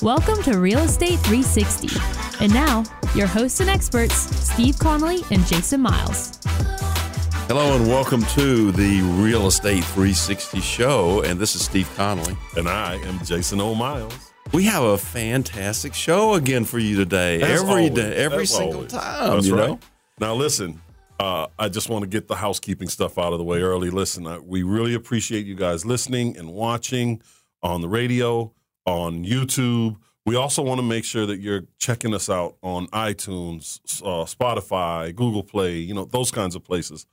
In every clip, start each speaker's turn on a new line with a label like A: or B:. A: Welcome to Real Estate 360. And now, your hosts and experts, Steve Connolly and Jason Miles.
B: Hello and welcome to the Real Estate 360 show. And this is Steve Connolly.
C: And I am Jason O'Miles.
B: We have a fantastic show again for you today.
C: As
B: every
C: always.
B: day, every
C: As
B: single
C: always.
B: time.
C: That's
B: you
C: right.
B: know?
C: Now, listen, uh, I just want to get the housekeeping stuff out of the way early. Listen, uh, we really appreciate you guys listening and watching on the radio, on YouTube. We also want to make sure that you're checking us out on iTunes, uh, Spotify, Google Play, you know, those kinds of places,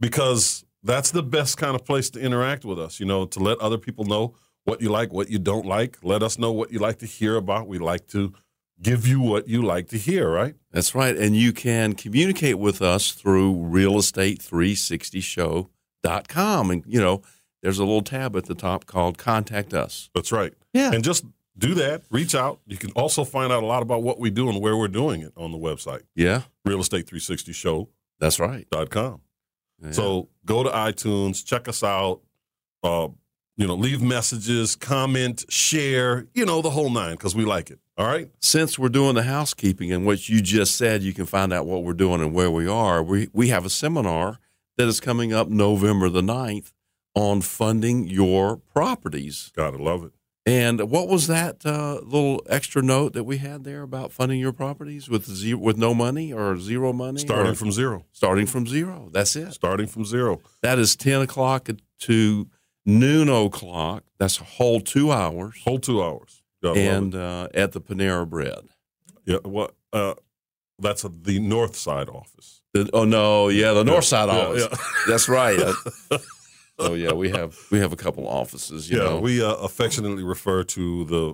C: because that's the best kind of place to interact with us, you know, to let other people know what you like, what you don't like. Let us know what you like to hear about. We like to give you what you like to hear, right?
B: That's right. And you can communicate with us through realestate360show.com. And, you know, there's a little tab at the top called Contact Us.
C: That's right.
B: Yeah.
C: And just do that. Reach out. You can also find out a lot about what we do and where we're doing it on the website,
B: Yeah,
C: realestate360show.com.
B: that's right. Yeah.
C: So go to iTunes, check us out, uh, you know, leave messages, comment, share, you know, the whole nine because we like it. All right.
B: since we're doing the housekeeping and what you just said, you can find out what we're doing and where we are. We, we have a seminar that is coming up November the 9th on funding your properties.
C: Gotta love it.
B: And what was that uh, little extra note that we had there about funding your properties with zero, with no money or zero money?
C: Starting
B: or-
C: from zero.
B: starting from zero. That's it.
C: Starting from zero.
B: That is 10 o'clock to noon o'clock. That's a whole two hours.
C: Whole two hours. Gotta love
B: And uh, at the Panera Bread.
C: it. yeah, what? uh, that's the north side office.
B: The, oh no, yeah, the north side
C: Yeah,
B: office.
C: yeah.
B: That's right. oh yeah, we have we have a couple offices. You
C: yeah,
B: know,
C: we uh, affectionately refer to the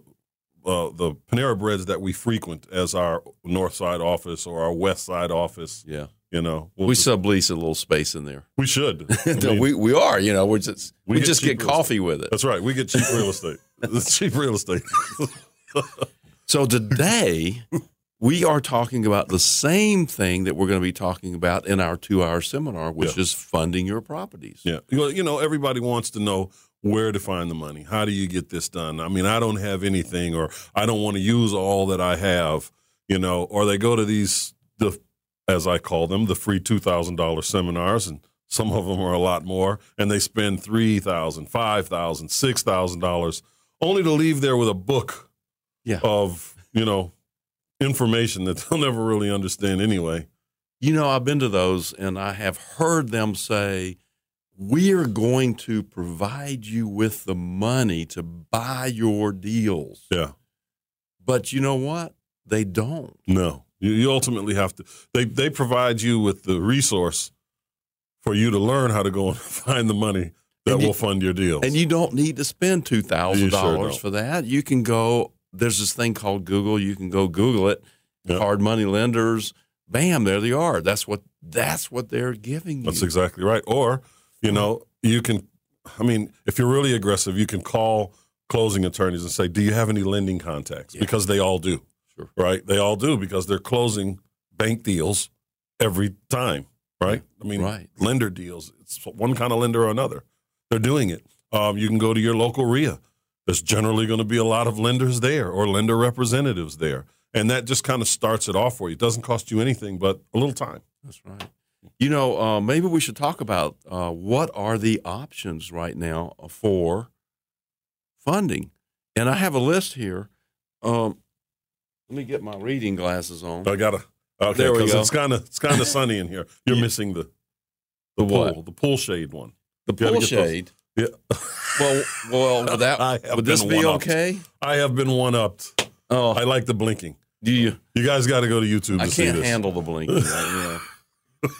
C: uh, the Panera Breads that we frequent as our North Side office or our West Side office.
B: yeah,
C: You know, We'll
B: we
C: just-
B: sublease a little space in there.
C: we should. I
B: no,
C: mean,
B: we we are. You know, we're just we,
C: We get
B: just get
C: cheap real estate.
B: coffee with it.
C: that's right. We get cheap real estate. cheap real estate.
B: So today we are talking about the same thing that we're going to be talking about in our two-hour seminar, which is funding your properties.
C: yeah, you know, you know, everybody wants to know where to find the money. How do you get this done? I mean, I don't have anything, or I don't want to use all that I have. You know, or they go to these the as I call them, the free two thousand dollar seminars, and some of them are a lot more, and they spend three thousand, five thousand, six thousand dollars, only to leave there with a book
B: Yeah.
C: of you know information that they'll never really understand anyway.
B: You know, I've been to those and I have heard them say, We're going to provide you with the money to buy your deals.
C: Yeah,
B: But you know what? They don't.
C: no, you, you ultimately have to. They they provide you with the resource for you to learn how to go and find the money that
B: And you-
C: will fund your deals.
B: And you don't need to spend $2,000
C: don't.
B: for that. You can go, there's this thing called Google. You can go Google it,
C: Yeah.
B: hard money lenders. Bam, there they are. That's what that's what they're giving you.
C: That's exactly right. Or, you know, you can, I mean, if you're really aggressive, you can call closing attorneys and say, Do you have any lending contacts?
B: Yeah.
C: Because they all do,
B: Sure.
C: right? They all do because they're closing bank deals every time, right? I mean,
B: Right.
C: lender deals, it's one kind of lender or another. They're doing it. Um, you can go to your local RIA. There's generally going to be a lot of lenders there or lender representatives there. And that just kind of starts it off for you. It doesn't cost you anything but a little time.
B: That's right. You know, uh, maybe we should talk about uh, what are the options right now uh, for funding. And I have a list here. Um, let me get my reading glasses on.
C: I gotta. Okay,
B: There we
C: 'cause
B: go.
C: It's kind of it's kind of sunny in here. You're missing the
B: The
C: the,
B: what?
C: pool, the pool shade one.
B: The
C: gotta
B: pool
C: get those-
B: shade.
C: Yeah,
B: Well, well, would
C: I
B: that
C: have
B: would this
C: been
B: be
C: one-upped.
B: okay?
C: I have been one upped.
B: Oh,
C: I like the blinking.
B: do you?
C: You guys got to go to YouTube to
B: I
C: see
B: can't
C: this.
B: handle the blinking. Right now.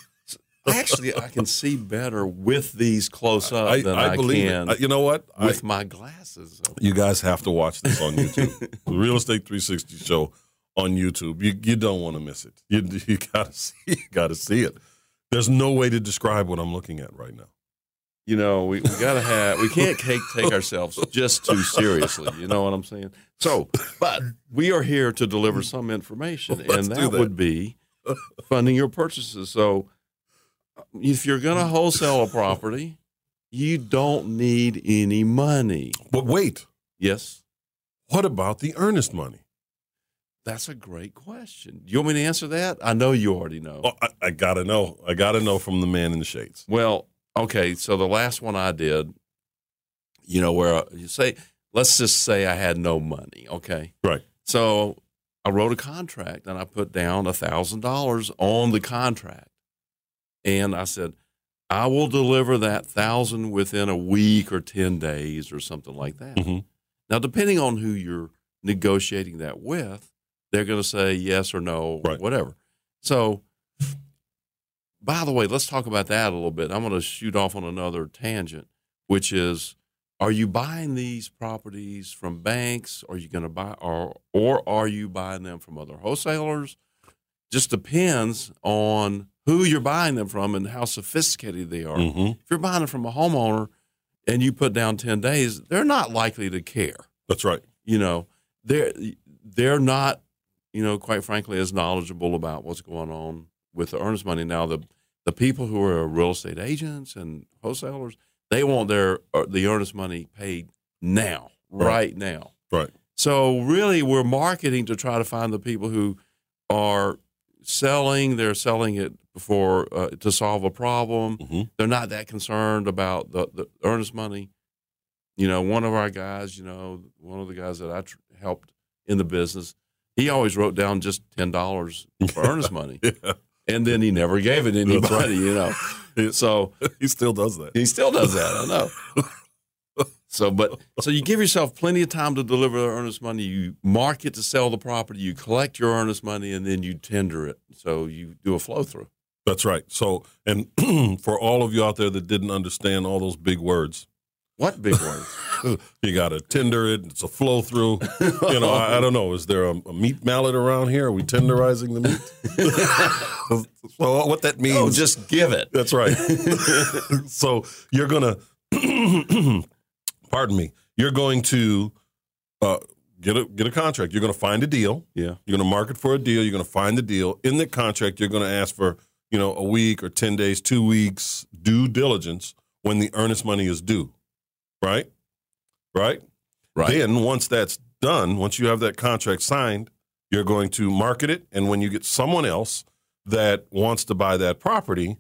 B: Actually, I can see better with these close up
C: I,
B: than
C: I
B: I,
C: believe it.
B: can
C: I- you know what? I-
B: with my glasses.
C: you guys have to watch this on YouTube. the Real Estate 360 Show on YouTube. You you don't want to miss it. You you gotta see you gotta see it. There's no way to describe what I'm looking at right now.
B: you know, we, we gotta have we can't take, take ourselves just too seriously. You know what I'm saying? So, but we are here to deliver some information,
C: Let's
B: and
C: do
B: that,
C: that.
B: would be funding your purchases. So, if you're gonna wholesale a property, you don't need any money.
C: But wait,
B: Yes,
C: What about the earnest money?
B: That's a great question. You want me to answer that? I know you already know.
C: Well, Oh, I, I gotta know. I gotta know from the man in the shades.
B: Well, okay. So the last one I did, you know, where uh, you say, let's just say I had no money. Okay.
C: Right.
B: So I wrote a contract and I put down a thousand dollars on the contract, and I said, I will deliver that thousand within a week or ten days or something like that.
C: Mhm.
B: Now, depending on who you're negotiating that with, they're going to say yes or no, or
C: Right.
B: whatever. So, by the way, let's talk about that a little bit. I'm going to shoot off on another tangent, which is: Are you buying these properties from banks? Are you going to buy, or or are you buying them from other wholesalers? Just depends on who you're buying them from and how sophisticated they are.
C: hmm
B: If you're buying it from a homeowner and you put down ten days, they're not likely to care
C: That's right.
B: you know they're they're not you know quite frankly as knowledgeable about what's going on with the earnest money now the the people who are real estate agents and wholesalers they want their uh, the earnest money paid now
C: Right.
B: right now
C: Right.
B: so really we're marketing to try to find the people who are selling they're selling it before uh, to solve a problem
C: hmm
B: they're not that concerned about the, the earnest money. You know, one of our guys, you know, one of the guys that I tr- helped in the business, he always wrote down just ten dollars for earnest money,
C: Yeah.
B: and then he never gave it to
C: That's
B: anybody.
C: right.
B: You know, so
C: He still does that.
B: he still does that. I know. So, but so you give yourself plenty of time to deliver the earnest money. You market to sell the property. You collect your earnest money, and then you tender it. So you do a flow through.
C: That's right. So, and for all of you out there that didn't understand all those big words,
B: What big words?
C: you got to tender it. It's a flow through. You know, I, I don't know. Is there a, a meat mallet around here? Are we tenderizing the meat? so, what that means?
B: oh, just give it.
C: That's right. so you're gonna, pardon me. You're going to uh, get a get a contract. You're gonna find a deal.
B: Yeah.
C: You're gonna market for a deal. You're gonna find the deal. In the contract, you're gonna ask for you know a week or ten days, two weeks due diligence when the earnest money is due. Right. Right.
B: Right.
C: Then once that's done, once you have that contract signed, you're going to market it. And when you get someone else that wants to buy that property,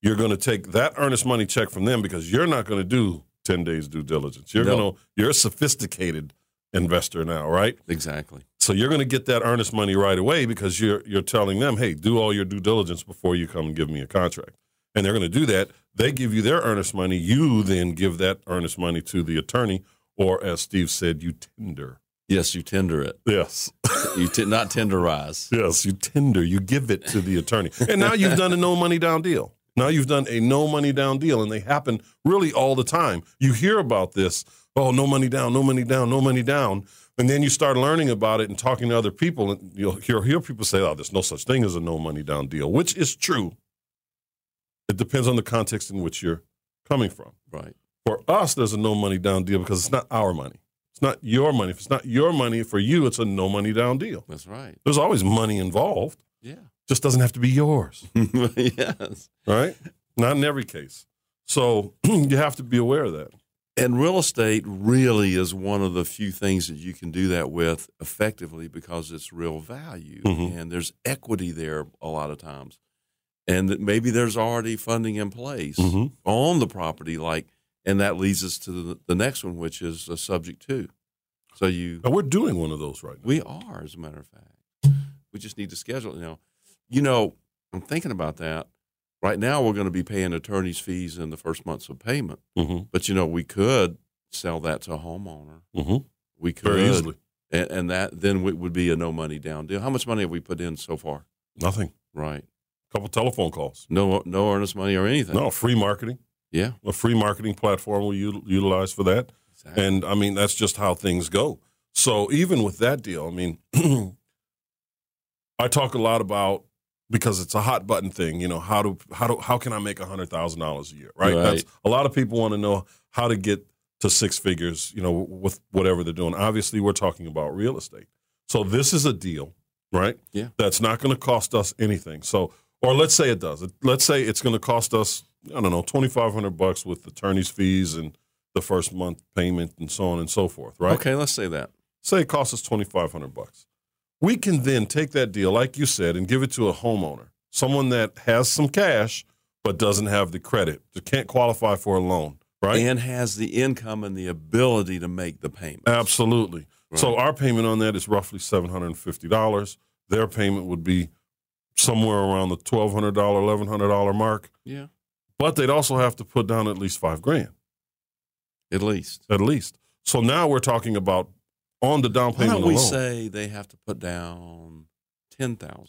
C: you're going to take that earnest money check from them because you're not going to do 10 days due diligence. You're
B: No.
C: going to you're a sophisticated investor now, right?
B: Exactly.
C: So you're going to get that earnest money right away because you're you're telling them, "Hey, do all your due diligence before you come and give me a contract." And they're going to do that. They give you their earnest money. You then give that earnest money to the attorney, or as Steve said, you tender.
B: Yes, you tender it.
C: Yes,
B: You t- not tenderize.
C: yes, you tender. You give it to the attorney, and now you've done a no money down deal. Now you've done a no money down deal, and they happen really all the time. You hear about this. Oh, no money down, no money down, no money down. And then you start learning about it and talking to other people, and you'll hear, hear people say, oh, there's no such thing as a no money down deal, which is true. It depends on the context in which you're coming from.
B: Right.
C: For us, there's a no money down deal because it's not our money. It's not your money. If it's not your money, for you, it's a no money down deal.
B: That's right.
C: There's always money involved,
B: Yeah.
C: just doesn't have to be yours,
B: yes.
C: right? Not in every case. So you have to be aware of that.
B: And real estate really is one of the few things that you can do that with effectively because it's real value
C: Mhm.
B: and there's equity there a lot of times. And that maybe there's already funding in place
C: Mhm.
B: on the property, like, and that leads us to the, the next one, which is a subject two. So you
C: And we're doing one of those right now.
B: We are, as a matter of fact. We just need to schedule it now. You know, I'm thinking about that. Right now, we're going to be paying attorney's fees in the first months of payment.
C: Mm-hmm.
B: But you know, we could sell that to a homeowner.
C: Mm-hmm.
B: We could
C: Very easily.
B: and, and that then it would be a no money down deal. How much money have we put in so far?
C: Nothing.
B: Right,
C: couple telephone calls.
B: no, no earnest money or anything.
C: No, free marketing.
B: yeah,
C: A free marketing platform we util- utilize for that.
B: exactly.
C: And I mean, that's just how things go. So even with that deal, I mean, I talk a lot about because it's a hot button thing. You know how do how do how can I make hundred thousand dollars a year? Right.
B: Right.
C: That's a lot of people want to know how to get to six figures. You know, with whatever they're doing. Obviously, we're talking about real estate. So this is a deal, right?
B: Yeah.
C: That's not going to cost us anything. So, or let's say it does. Let's say it's going to cost us I don't know twenty five hundred bucks with attorney's fees and the first month payment and so on and so forth, right?
B: Okay, let's say that.
C: Say it costs us twenty five hundred bucks. We can then take that deal, like you said, and give it to a homeowner, someone that has some cash but doesn't have the credit, that can't qualify for a loan, right?
B: and has the income and the ability to make the payment.
C: Absolutely. So our payment on that is roughly seven hundred and fifty dollars. Their payment would be somewhere around the twelve hundred dollar, eleven hundred dollar mark.
B: Yeah,
C: But they'd also have to put down at least five grand,
B: at least.
C: at least. So now we're talking about on the down
B: Why
C: payment
B: don't we
C: alone.
B: say they have to put down ten thousand?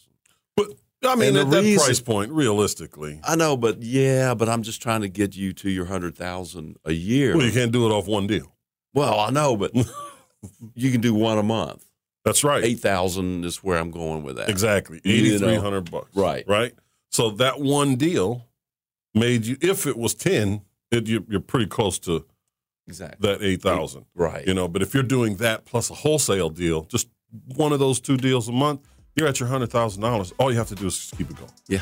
C: but I mean,
B: And
C: at
B: the
C: that
B: reason-
C: price point, realistically,
B: I know, but yeah, but I'm just trying to get you to your hundred thousand a year.
C: well, you can't do it off one deal.
B: Well, I know, but you can do one a month.
C: That's right.
B: Eight thousand is where I'm going with that.
C: Exactly.
B: You
C: Eighty
B: know.
C: three hundred bucks.
B: Right.
C: Right. So that one deal made you. If it was ten, it, you're, you're pretty close to
B: Exactly.
C: that eight thousand.
B: right.
C: You know, but if you're doing that plus a wholesale deal, just one of those two deals a month, you're at your hundred thousand dollars. All you have to do is just keep it going.
B: yeah.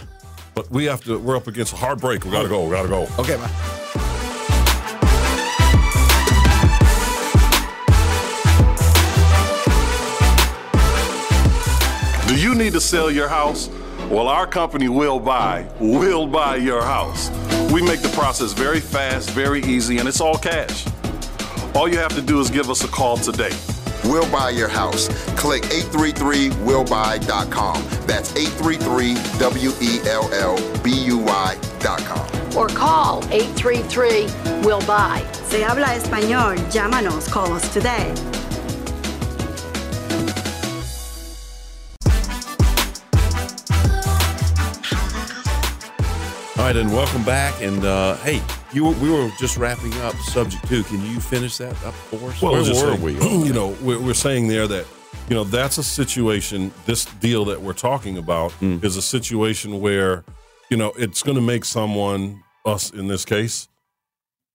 C: But we have to. We're up against a hard break. We gotta go. We gotta go.
B: Okay. Bye.
C: Do you need to sell your house? Well, our company will buy, will buy your house. We make the process very fast, very easy, and it's all cash. All you have to do is give us a call today.
D: We'll buy your house. Click 833willbuy.com. That's E 833-W-E-L-L-B-U-Y.com.
E: or call 833 Will Buy.
F: Se habla español, llámanos, call us today.
B: All right, and welcome back. And uh, hey, you were, we were just wrapping up subject two. Can you finish that up for us?
C: Well,
B: where
C: I was just
B: were
C: saying,
B: we?
C: You know, we're, we're saying there that you know that's a situation. This deal that we're talking about
B: Hmm.
C: is a situation where you know it's going to make someone, us in this case,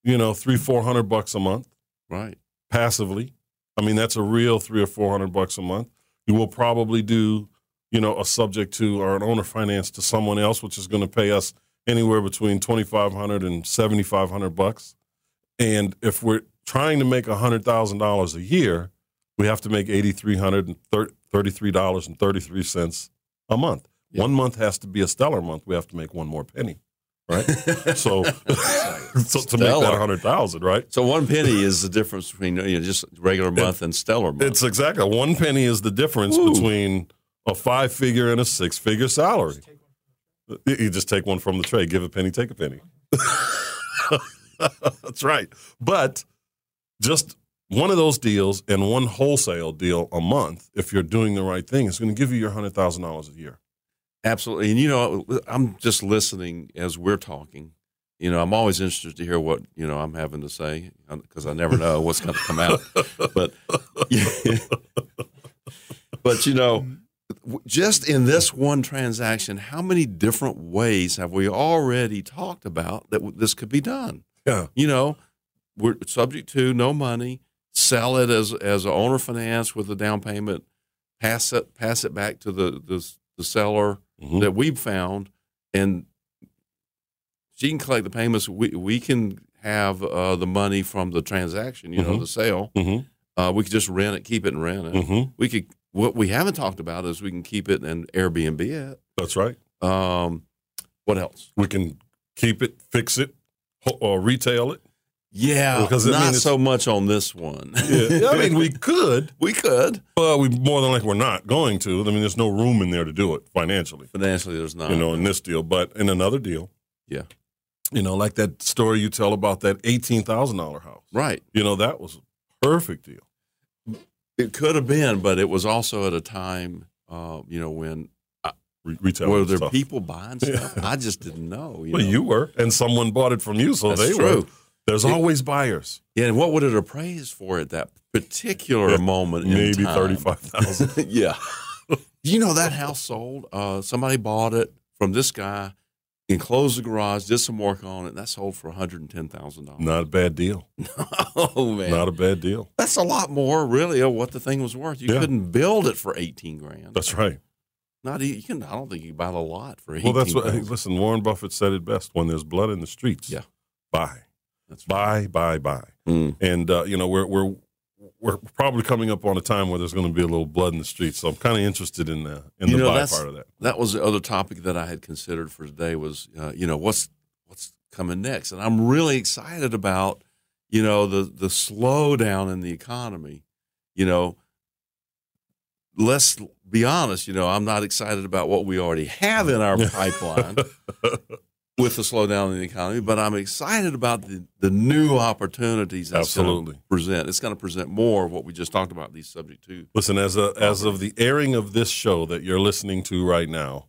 C: you know, three four hundred bucks a month
B: right.
C: passively. I mean, that's a real three or four hundred bucks a month. You will probably do you know a subject to or an owner finance to someone else, which is going to pay us anywhere between twenty five hundred and seventy five hundred bucks. And if we're trying to make $100,000 a year, we have to make $8,333.33 a month. One month has to be a stellar month. We have to make one more penny, right? so, so to make that
B: Stellar.
C: 100,000, right?
B: So one penny is the difference between you know, just regular month and stellar month.
C: It's exactly one penny is the difference
B: Ooh.
C: between a five figure and a six figure salary. You just take one from the tray, give a penny, take a penny. That's right. But just one of those deals and one wholesale deal a month, if you're doing the right thing, is going to give you your $100,000 a year.
B: Absolutely. And you know, I'm just listening as we're talking. You know, I'm always interested to hear what, you know, I'm having to say because I never know what's going to come out. But But you know, w- just in this one transaction, how many different ways have we already talked about that w- this could be done?
C: Yeah.
B: You know, we're subject to no money, sell it as as a owner finance with a down payment, pass it pass it back to the the, the seller
C: Mhm.
B: that we've found, and she can collect the payments. We we can have uh, the money from the transaction, you know,
C: Mhm.
B: the sale.
C: Mm-hmm.
B: Uh, we could just rent it, keep it, and rent it.
C: Mm-hmm.
B: We could. What we haven't talked about is we can keep it and Airbnb it.
C: That's right.
B: Um, what else?
C: We can keep it, fix it, ho- or retail it.
B: Yeah,
C: Because, I mean,
B: not
C: it's-
B: so much on this one.
C: Yeah. I mean, we could.
B: we could
C: But we more than likely we're not going to. I mean, there's no room in there to do it financially,
B: financially. There's not.
C: you know, in this deal. But in another deal,
B: yeah,
C: you know, like that story you tell about that eighteen thousand dollar house,
B: right.
C: you know, that was a perfect deal.
B: It could have been, but it was also at a time, uh, you know, when
C: Re- retail
B: were
C: was
B: there
C: tough.
B: people buying stuff? I just didn't know. You
C: well,
B: know?
C: you were, and someone bought it from you, so
B: That's
C: they
B: true.
C: were. There's always buyers.
B: Yeah, and what would it appraise for at that particular
C: Yeah,
B: moment?
C: Maybe
B: thirty
C: thirty five thousand.
B: yeah. you know that house sold. Uh, somebody bought it from this guy, enclosed the garage, did some work on it. and That sold for one hundred and ten thousand dollars.
C: not a bad deal.
B: Oh man,
C: Not a bad deal.
B: that's a lot more, really, of what the thing was worth. You
C: Yeah.
B: couldn't build it for eighteen grand.
C: That's right.
B: not e- you can. I don't think you can buy a lot for
C: Well,
B: eighteen.
C: that's what.
B: grand.
C: Listen, Warren Buffett said it best: when there's blood in the streets,
B: Yeah.
C: buy,
B: That's right.
C: buy, buy, buy.
B: Mm.
C: and uh, you know we're we're we're probably coming up on a time where there's going to be a little blood in the streets. So I'm kind of interested in the in
B: you
C: the
B: know,
C: buy
B: that's-
C: part of that.
B: That was the other topic that I had considered for today was, uh, you know, what's what's coming next, and I'm really excited about, you know, the the slowdown in the economy. You know, let's be honest. You know, I'm not excited about what we already have in our pipeline with the slowdown in the economy, but I'm excited about the the new opportunities. That's gonna
C: Absolutely.
B: present. It's going to present more of what we just talked about. These subject to
C: Listen, as a, as of the airing of this show that you're listening to right now,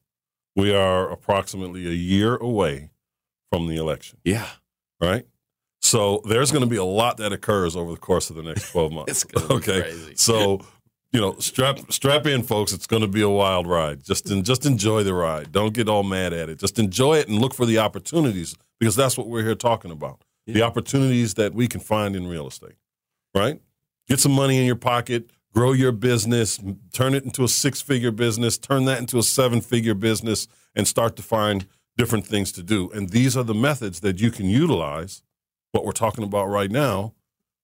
C: we are approximately a year away from the election,
B: yeah.
C: right? So there's going to be a lot that occurs over the course of the next 12 months.
B: It's gonna be crazy.
C: So, you know, strap strap in folks, it's going to be a wild ride. Just en- just enjoy the ride. Don't get all mad at it. Just enjoy it and look for the opportunities because that's what we're here talking about. The opportunities that we can find in real estate right? Get some money in your pocket, grow your business, m- turn it into a six figure business, turn that into a seven figure business, and start to find different things to do. And these are the methods that you can utilize, what we're talking about right now,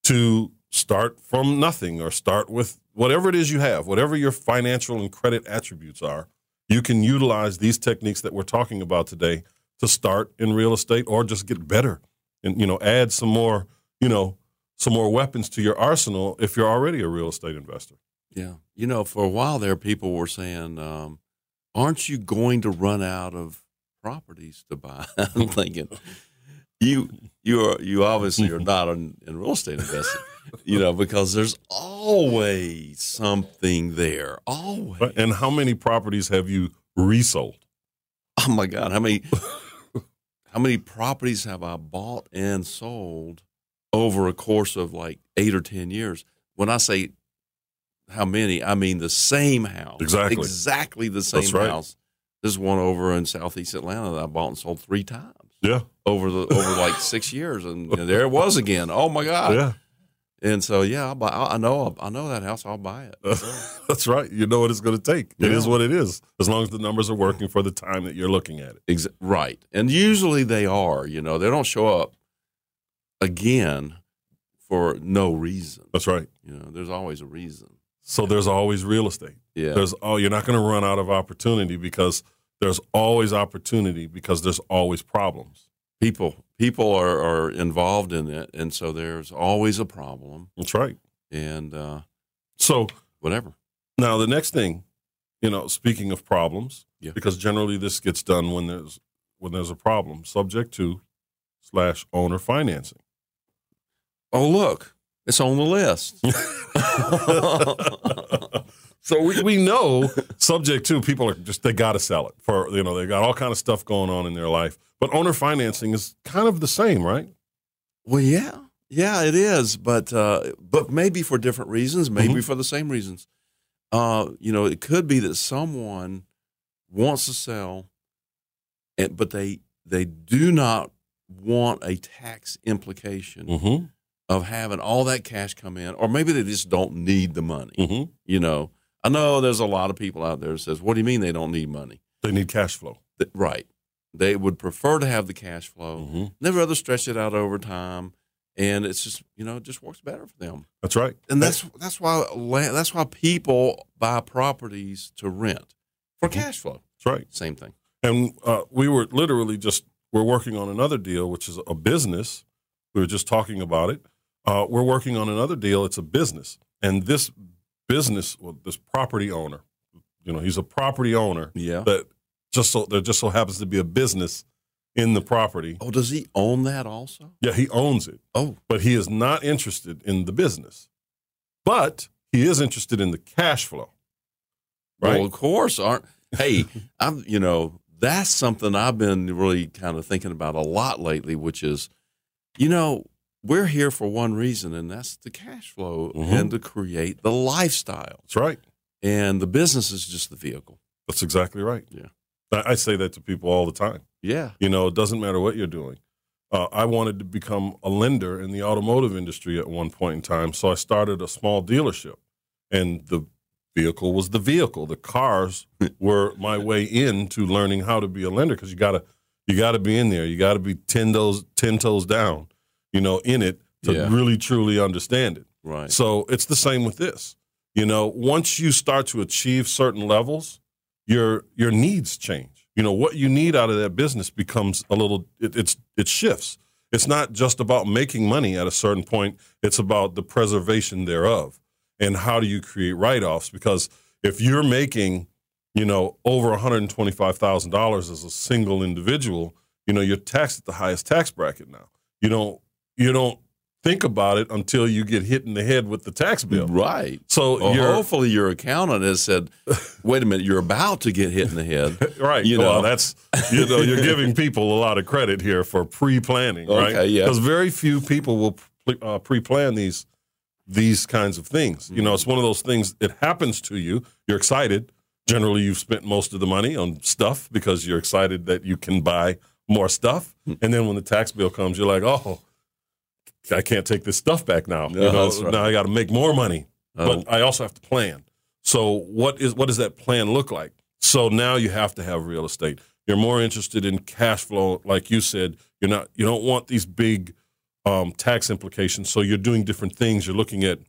C: to start from nothing or start with whatever it is you have, whatever your financial and credit attributes are. You can utilize these techniques that we're talking about today to start in real estate or just get better and you know add some more you know some more weapons to your arsenal if you're already a real estate investor.
B: Yeah. You know, for a while there, people were saying, um, aren't you going to run out of properties to buy? I'm thinking, you you are you obviously are not an, in real estate investor, you know, because there's always something there. Always.
C: Right? And how many properties have you resold?
B: Oh my God, how many how many properties have I bought and sold over a course of like eight or ten years? When I say how many, I mean the same house.
C: Exactly.
B: Exactly the same
C: right.
B: house. There's one over in southeast Atlanta that I bought and sold three times
C: Yeah,
B: over the over like six years and, you know, there it was again. Oh my God.
C: yeah,
B: And so yeah, I'll buy I I know I know that house, I'll buy it.
C: that's right. You know what it's going to take. It
B: Yeah.
C: is what it is. As long as the numbers are working for the time that you're looking at it.
B: Ex- right. And usually they are, you know, they don't show up again for no reason.
C: That's right.
B: You know, there's always a reason.
C: So there's always real estate.
B: Yeah.
C: There's oh, you're not going to run out of opportunity because there's always opportunity because there's always problems.
B: people people are, are involved in it and so there's always a problem
C: That's right.
B: and uh,
C: So
B: whatever.
C: Now, the next thing, you know, speaking of problems,
B: Yeah.
C: because generally this gets done when there's when there's a problem, subject to slash owner financing.
B: Oh look, it's on the list.
C: So we, we know subject to people are just they got to sell it for you know they got all kind of stuff going on in their life, but owner financing is kind of the same, right?
B: well, yeah. Yeah, it is, but uh, but maybe for different reasons, maybe for the same reasons. Uh, you know, it could be that someone wants to sell, and, but they they do not want a tax implication
C: Mm-hmm.
B: of having all that cash come in, or maybe they just don't need the money.
C: Mm-hmm.
B: You know, I know there's a lot of people out there that says, "What do you mean they don't need money?"
C: They need cash flow.
B: Th- right? They would prefer to have the cash flow. They'd rather stretch it out over time, and it's just you know it just works better for them.
C: That's right.
B: And that's that's why la- that's why people buy properties to rent for cash flow.
C: That's right.
B: Same thing.
C: and uh, we were literally just we're working on another deal which is a business we were just talking about it uh, we're working on another deal it's a business and this business well, this property owner you know he's a property owner
B: Yeah.
C: that just so there just so happens to be a business in the property
B: oh, does he own that also?
C: yeah he owns it
B: Oh,
C: but he is not interested in the business but he is interested in the cash flow right
B: Well, of course, aren't hey, I'm you know, that's something I've been really kind of thinking about a lot lately, which is, you know, we're here for one reason, and that's the cash flow
C: Mhm.
B: and to create the lifestyle.
C: that's right
B: And the business is just the vehicle.
C: that's exactly right
B: Yeah.
C: I I say that to people all the time
B: Yeah.
C: You know, it doesn't matter what you're doing. Uh, I wanted to become a lender in the automotive industry at one point in time, so I started a small dealership, and the vehicle was the vehicle. The cars were my way into learning how to be a lender because you gotta you gotta be in there. You gotta be ten toes ten toes down, you know, in it to
B: Yeah.
C: really truly understand it.
B: Right.
C: So it's the same with this. You know, once you start to achieve certain levels, your your needs change. You know, what you need out of that business becomes a little it, it's it shifts. It's not just about making money at a certain point, it's about the preservation thereof. And how do you create write-offs because if you're making, you know, over $125,000 as a single individual, you know, you're taxed at the highest tax bracket now. You don't you don't think about it until you get hit in the head with the tax bill.
B: Right.
C: So
B: Well,
C: you're
B: hopefully your accountant has said, "Wait a minute, you're about to get hit in the head."
C: right.
B: You
C: well,
B: know.
C: that's you know you're giving people a lot of credit here for pre-planning, right?
B: Okay, yeah.
C: Because very few people will pre- uh, pre-plan these these kinds of things. You know, it's one of those things. It happens to you. You're excited. Generally, you've spent most of the money on stuff because you're excited that you can buy more stuff.
B: Hmm.
C: And then when the tax bill comes, you're like, oh, I can't take this stuff back now.
B: Yeah,
C: you know,
B: that's right.
C: now I got to make more money,
B: Oh.
C: but I also have to plan. So what is what does that plan look like? So now you have to have real estate. You're more interested in cash flow, like you said. You're not. You don't want these big um, tax implications. So you're doing different things. You're looking at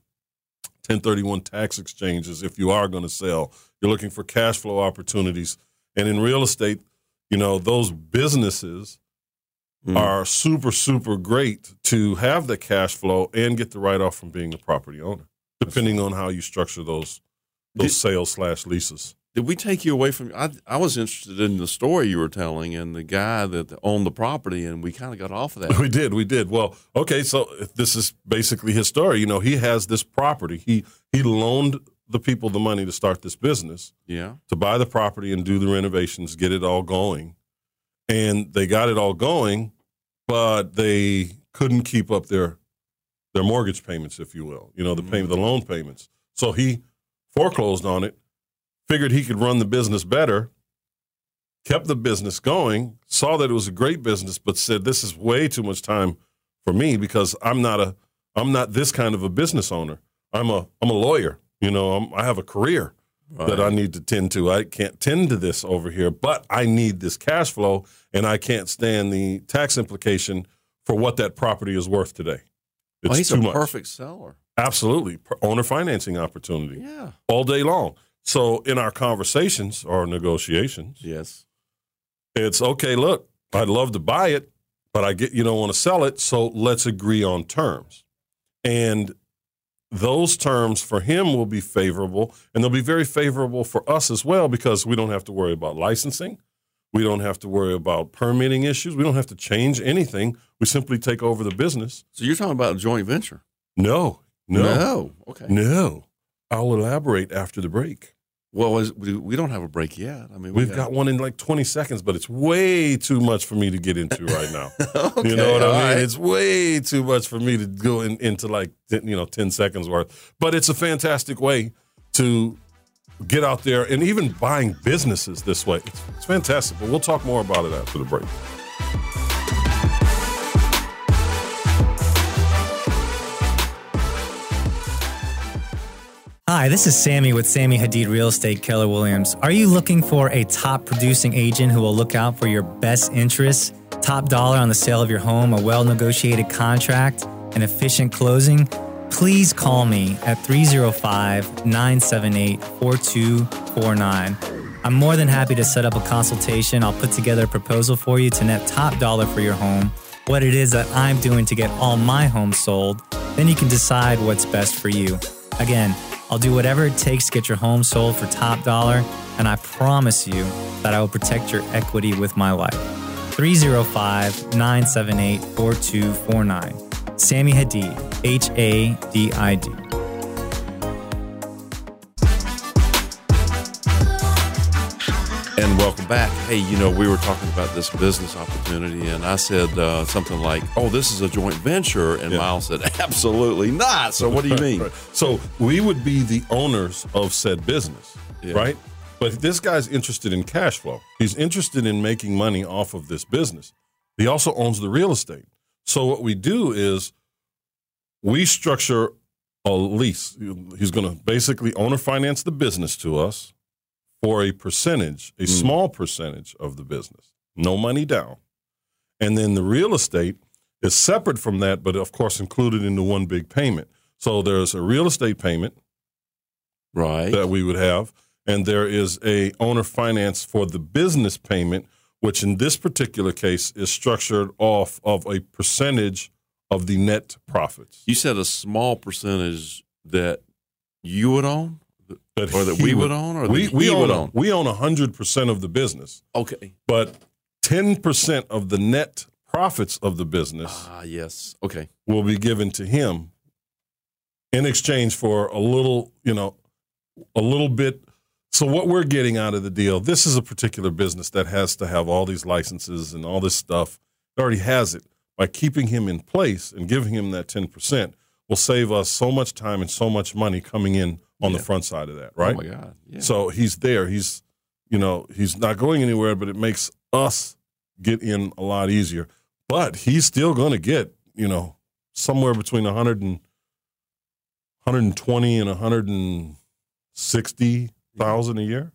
C: 1031 tax exchanges if you are going to sell. You're looking for cash flow opportunities. And in real estate, you know, those businesses
B: Mm.
C: are super, super great to have the cash flow and get the write off from being a property owner, depending on how you structure those those
B: Did-
C: sales slash leases.
B: Did we take you away from? I I was interested in the story you were telling and the guy that owned the property, and we kind of got off of that.
C: We did, we did. Well, okay, so if this is basically his story. You know, he has this property. He he loaned the people the money to start this business.
B: Yeah.
C: to buy the property and do the renovations, get it all going. And they got it all going, but they couldn't keep up their their mortgage payments, if you will, you know, the payment, the loan payments. So he foreclosed on it, figured he could run the business better, kept the business going, saw that it was a great business, but said this is way too much time for me because I'm not a I'm not this kind of a business owner. I'm a I'm a lawyer, you know, I'm, I have a career that I need to tend to. I can't tend to this over here, but I need this cash flow and I can't stand the tax implication for what that property is worth today. It's
B: Well, Oh, he's
C: too
B: a
C: much.
B: perfect seller.
C: Absolutely. Per- Owner financing opportunity
B: Yeah.
C: all day long. So in our conversations or negotiations,
B: Yes.
C: it's okay, look, I'd love to buy it, but I get you don't want to sell it, so let's agree on terms. And those terms for him will be favorable and they'll be very favorable for us as well because we don't have to worry about licensing. We don't have to worry about permitting issues. We don't have to change anything. We simply take over the business.
B: So you're talking about a joint venture?
C: no, no.
B: Okay.
C: no. I'll elaborate after the break.
B: Well, is, we we don't have a break yet. I mean, we
C: We've got one in like 20 seconds, but it's way too much for me to get into right now. you know what I
B: all
C: mean?
B: right.
C: It's way too much for me to go in, into like, t- you know, 10 seconds worth. But it's a fantastic way to get out there and even buying businesses this way. It's, it's fantastic. But we'll talk more about it after the break.
G: Hi, this is Sammy with Sammy Hadid Real Estate Keller Williams. Are you looking for a top producing agent who will look out for your best interests, top dollar on the sale of your home, a well negotiated contract, an efficient closing? Please call me at 305 978 4249. I'm more than happy to set up a consultation. I'll put together a proposal for you to net top dollar for your home, what it is that I'm doing to get all my homes sold. Then you can decide what's best for you. Again, I'll do whatever it takes to get your home sold for top dollar, and I promise you that I will protect your equity with my life. 305 978 4249. Sammy Hadid, H A D I D.
B: And welcome back. Hey, you know, we were talking about this business opportunity, and I said uh, something like, "Oh, this is a joint venture," and
C: Yeah.
B: Miles said, "Absolutely not." So, what do you mean?
C: Right. So we would be the owners of said business,
B: Yeah.
C: right? But this guy's interested in cash flow. He's interested in making money off of this business. He also owns the real estate. So what we do is we structure a lease. He's going to basically owner finance the business to us for a percentage,
B: Hmm.
C: a small percentage of the business. No money down. And then the real estate is separate from that, but of course included into one big payment. So there's a real estate payment
B: Right.
C: that we would have, and there is a owner finance for the business payment, which in this particular case is structured off of a percentage of the net profits
B: you said a small percentage that you would own, or that
C: he
B: we would own, or
C: we
B: that
C: we
B: he
C: own,
B: would
C: a-
B: own.
C: we own hundred percent of the business,
B: Okay.
C: but ten percent of the net profits of the business.
B: Ah, yes. Okay.
C: will be given to him in exchange for a little, you know, a little bit. So what we're getting out of the deal, this is a particular business that has to have all these licenses and all this stuff. It already has it. By keeping him in place and giving him that 10% will save us so much time and so much money coming in on the
B: Yeah.
C: front side of that, right?
B: Oh my God. Yeah.
C: So he's there. He's, you know, he's not going anywhere, but it makes us get in a lot easier. But he's still going to get, you know, somewhere between 100 and 120 and 160,000 a year.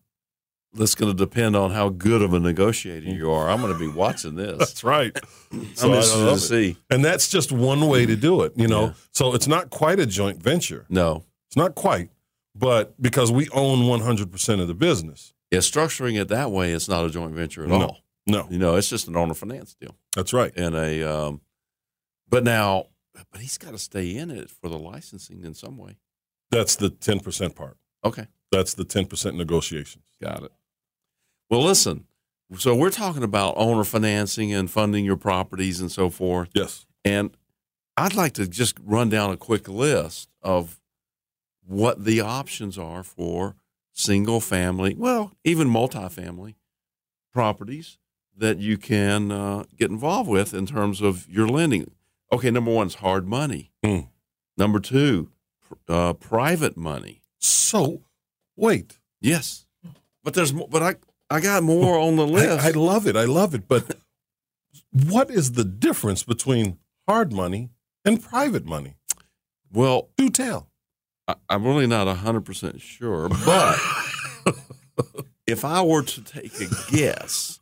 B: that's going to depend on how good of a negotiator you are. I'm going to be watching this.
C: That's right.
B: I'm
C: I
B: interested
C: love
B: to
C: it.
B: see.
C: And that's just one way to do it, you know.
B: Yeah.
C: So it's not quite a joint venture.
B: No.
C: It's not quite, but because we own 100% of the business.
B: Yeah, structuring it that way, it's not a joint venture at
C: No.
B: all.
C: No,
B: You know, it's just an owner finance deal.
C: that's right.
B: And a, um, but now, but he's got to stay in it for the licensing in some way.
C: That's the 10% part.
B: Okay.
C: That's the 10% negotiations.
B: Got it. Well, listen, so we're talking about owner financing and funding your properties and so forth.
C: Yes.
B: And I'd like to just run down a quick list of what the options are for single family, well, even multifamily properties that you can uh, get involved with in terms of your lending. Okay, number one is hard money.
C: Hmm.
B: Number two, pr- uh, private money.
C: So, wait.
B: Yes, but there's mo- but I I got more on the list.
C: I, I love it. I love it. But what is the difference between hard money and private money?
B: well,
C: Do tell.
B: I, I'm really not 100% sure, but if I were to take a guess,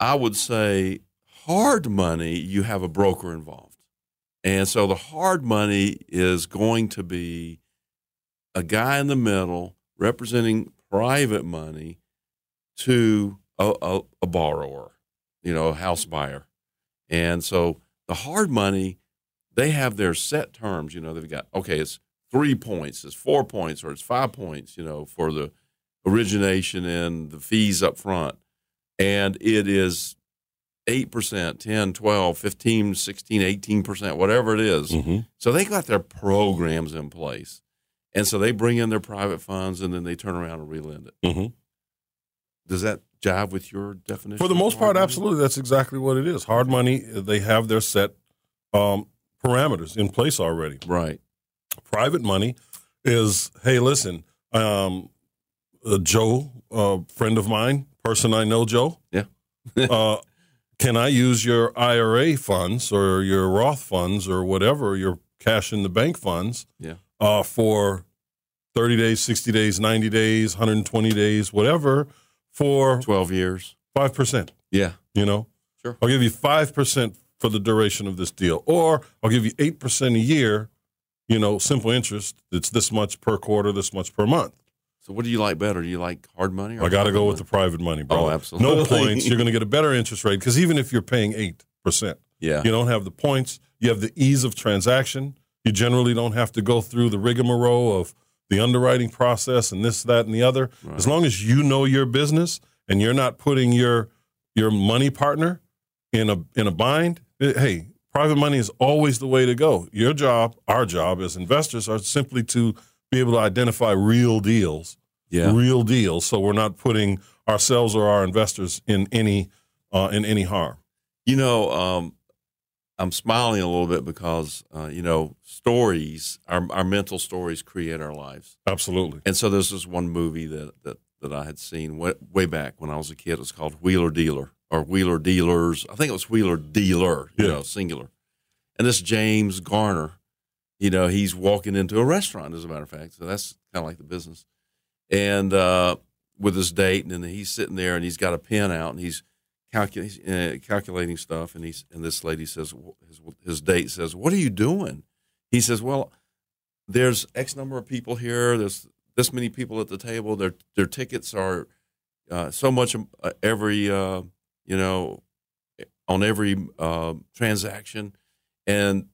B: I would say hard money, you have a broker involved. And so the hard money is going to be a guy in the middle representing private money to a, a, a borrower, you know, a house buyer. And so the hard money, they have their set terms. You know, they've got, okay, it's three points, it's four points, or it's five points, you know, for the origination and the fees up front. And it is 8%, 10, 12, 15, 16, 18%, whatever it is.
C: Mm-hmm,
B: So they got their programs in place. And so they bring in their private funds and then they turn around and relend it.
C: Mhm.
B: Does that jive with your definition?
C: For the
B: of
C: most part,
B: hard money?
C: absolutely. That's exactly what it is. Hard money, they have their set um, parameters in place already.
B: Right.
C: Private money is hey, listen, um, uh, Joe, uh, friend of mine, person I know, Joe.
B: Yeah.
C: uh, can I use your IRA funds or your Roth funds or whatever, your cash in the bank funds
B: Yeah.
C: uh, for 30 days, 60 days, 90 days, 120 days, whatever, for
B: 12 years.
C: 5%?
B: Yeah.
C: You know?
B: Sure.
C: I'll give you 5% for the duration of this deal, or I'll give you 8% a year, you know, simple interest. It's this much per quarter, this much per month.
B: So what do you like better? Do you like hard money? Or
C: I got to
B: private
C: go with the
B: money?
C: private money, bro.
B: Oh, absolutely.
C: No points. You're going to get a better interest rate because even if you're paying 8%,
B: Yeah.
C: you don't have the points. You have the ease of transaction. You generally don't have to go through the rigmarole of the underwriting process and this, that, and the other. As long as you know your business and you're not putting your your money partner in a in a bind, eh, hey, private money is always the way to go. Your job, our job as investors, are simply to be able to identify real deals
B: yeah.
C: real deal. So we're not putting ourselves or our investors in any uh, in any harm.
B: You know, um, I'm smiling a little bit because uh, you know stories, our, our mental stories create our lives.
C: Absolutely.
B: And so there's this one movie that that, that I had seen way, way back when I was a kid. It was called Wheeler Dealer or Wheeler Dealers. I think it was Wheeler Dealer, you
C: Yeah.
B: know, singular. And this James Garner, you know, he's walking into a restaurant, as a matter of fact. So that's kind of like the business. And uh, with his date, and then he's sitting there, and he's got a pen out, and he's calculating, uh, calculating stuff. And he's and this lady says, his, his date says, "What are you doing?" He says, "Well, there's X number of people here. There's this many people at the table. Their their tickets are uh, so much uh, every uh, you know on every uh, transaction, and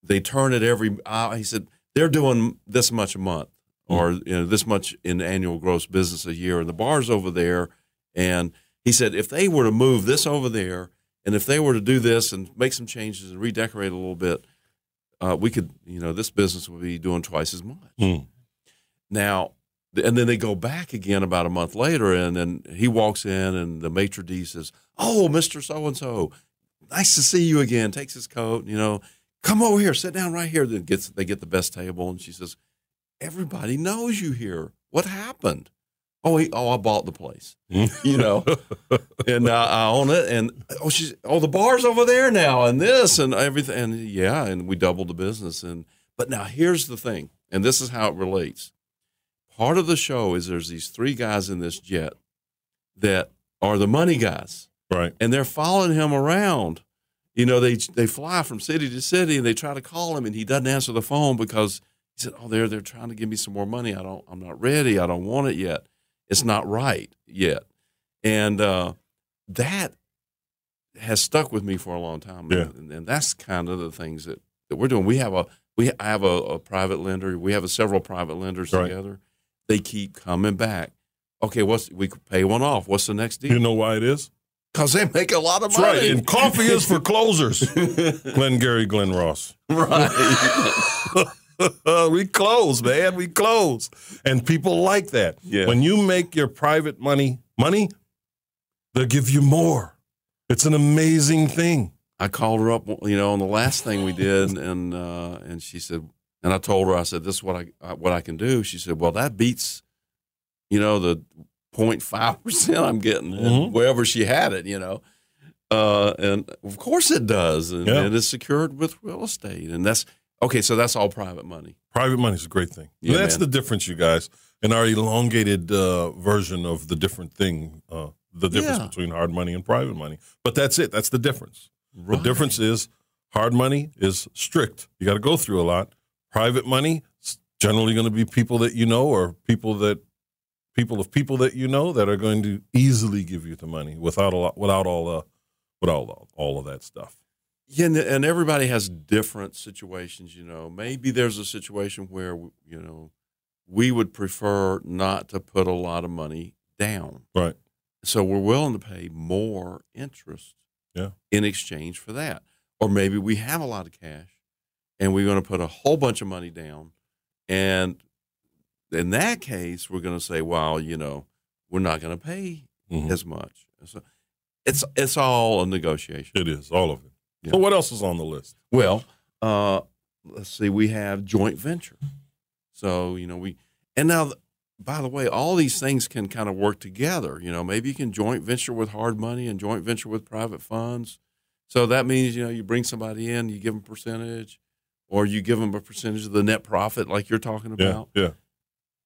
B: they turn it every. Uh, he said they're doing this much a month, or you know this much in annual gross business a year, and the bar's over there. And he said if they were to move this over there, and if they were to do this and make some changes and redecorate a little bit, uh, we could, you know, this business would be doing twice as much.
C: Hmm.
B: Now, th- and then they go back again about a month later, and then he walks in, and the maitre d says, "Oh, Mister So and So, nice to see you again." Takes his coat, you know, come over here, sit down right here. Then gets they get the best table, and she says, "Everybody knows you here. What happened?" Oh, he, oh, I bought the place, you know, and uh, I own it. And oh, she's oh, the bar's over there now, and this and everything, and yeah, and we doubled the business. And but now here's the thing, and this is how it relates part of the show is there's these three guys in this jet that are the money guys
C: Right.
B: and they're following him around you know they they fly from city to city and they try to call him and he doesn't answer the phone because he said oh they're they're trying to give me some more money i don't i'm not ready i don't want it yet it's not right yet and uh, that has stuck with me for a long time
C: Yeah.
B: and, and that's kind of the things that, that we're doing we have a we I have a, a private lender we have a several private lenders
C: Right.
B: together they keep coming back okay what's we could pay one off what's the next
C: You
B: deal
C: know why it is?
B: because they make a lot of
C: That's right. And coffee is for closers. Glenn Gary, Glenn Ross. Right. we close, man. We close. And people like that.
B: Yeah.
C: When you make your private money money, they'll give you more. It's an amazing thing.
B: I called her up, you know, on the last thing we did, and uh, and she said, and I told her, I said, this is what I uh, what I can do. She said, well, that beats, you know, the 0.5 percent I'm getting and
C: Mhm.
B: wherever she had it, you know, uh, and of course it does, and,
C: Yeah.
B: and it's secured with real estate, and that's okay. So that's all private money.
C: Private money is a great thing.
B: Yeah,
C: that's
B: man.
C: the difference, you guys, in our elongated uh, version of the different thing, uh, the difference
B: Yeah.
C: between hard money and private money. But that's it. That's the difference.
B: Right.
C: The difference is hard money is strict. You got to go through a lot. Private money it's generally going to be people that you know or people that people of people that you know that are going to easily give you the money without a lot, without all uh, without all of that stuff.
B: Yeah, and, and everybody has different situations. You know, maybe there's a situation where you know we would prefer not to put a lot of money down,
C: Right.
B: so we're willing to pay more interest.
C: Yeah.
B: In exchange for that, or maybe we have a lot of cash, and we're going to put a whole bunch of money down, and in that case, we're going to say, "Well, you know, we're not going to pay
C: Mhm.
B: as much." So it's it's all a negotiation.
C: It is all of it.
B: Yeah.
C: So what else is on the list?
B: Well, uh, let's see. We have joint venture. So you know we, and now, by the way, all these things can kind of work together. You know, maybe you can joint venture with hard money and joint venture with private funds. So that means you know you bring somebody in, you give them percentage, or you give them a percentage of the net profit, like you're talking about.
C: Yeah. Yeah.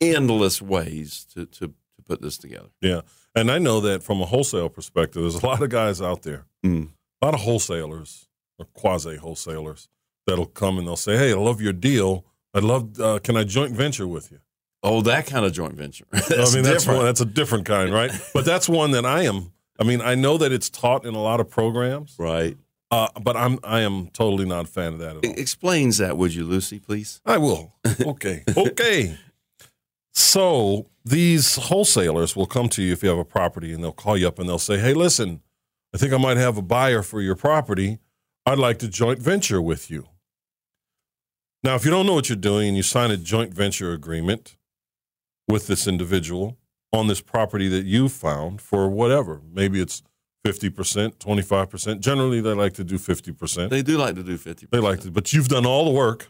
B: Endless ways to to to put this together.
C: Yeah. And I know that from a wholesale perspective, there's a lot of guys out there,
B: Mm.
C: a lot of wholesalers or quasi wholesalers that'll come and they'll say, Hey, I love your deal. I'd love, uh, can I joint venture with you?
B: Oh, that kind of joint venture.
C: I mean, that's
B: different.
C: one, that's a different kind, right? but that's one that I am. I mean, I know that it's taught in a lot of programs,
B: right.
C: uh, but I'm, I am totally not a fan of that at all.
B: E- explains that, would you, Lucy? Please.
C: I will. Okay. okay. So these wholesalers will come to you if you have a property and they'll call you up and they'll say, Hey, listen, I think I might have a buyer for your property. I'd like to joint venture with you. Now, if you don't know what you're doing and you sign a joint venture agreement with this individual on this property that you found for whatever, maybe it's 50%, 25%. Generally, they like to do 50%.
B: They do like to do fifty.
C: They like to, but you've done all the work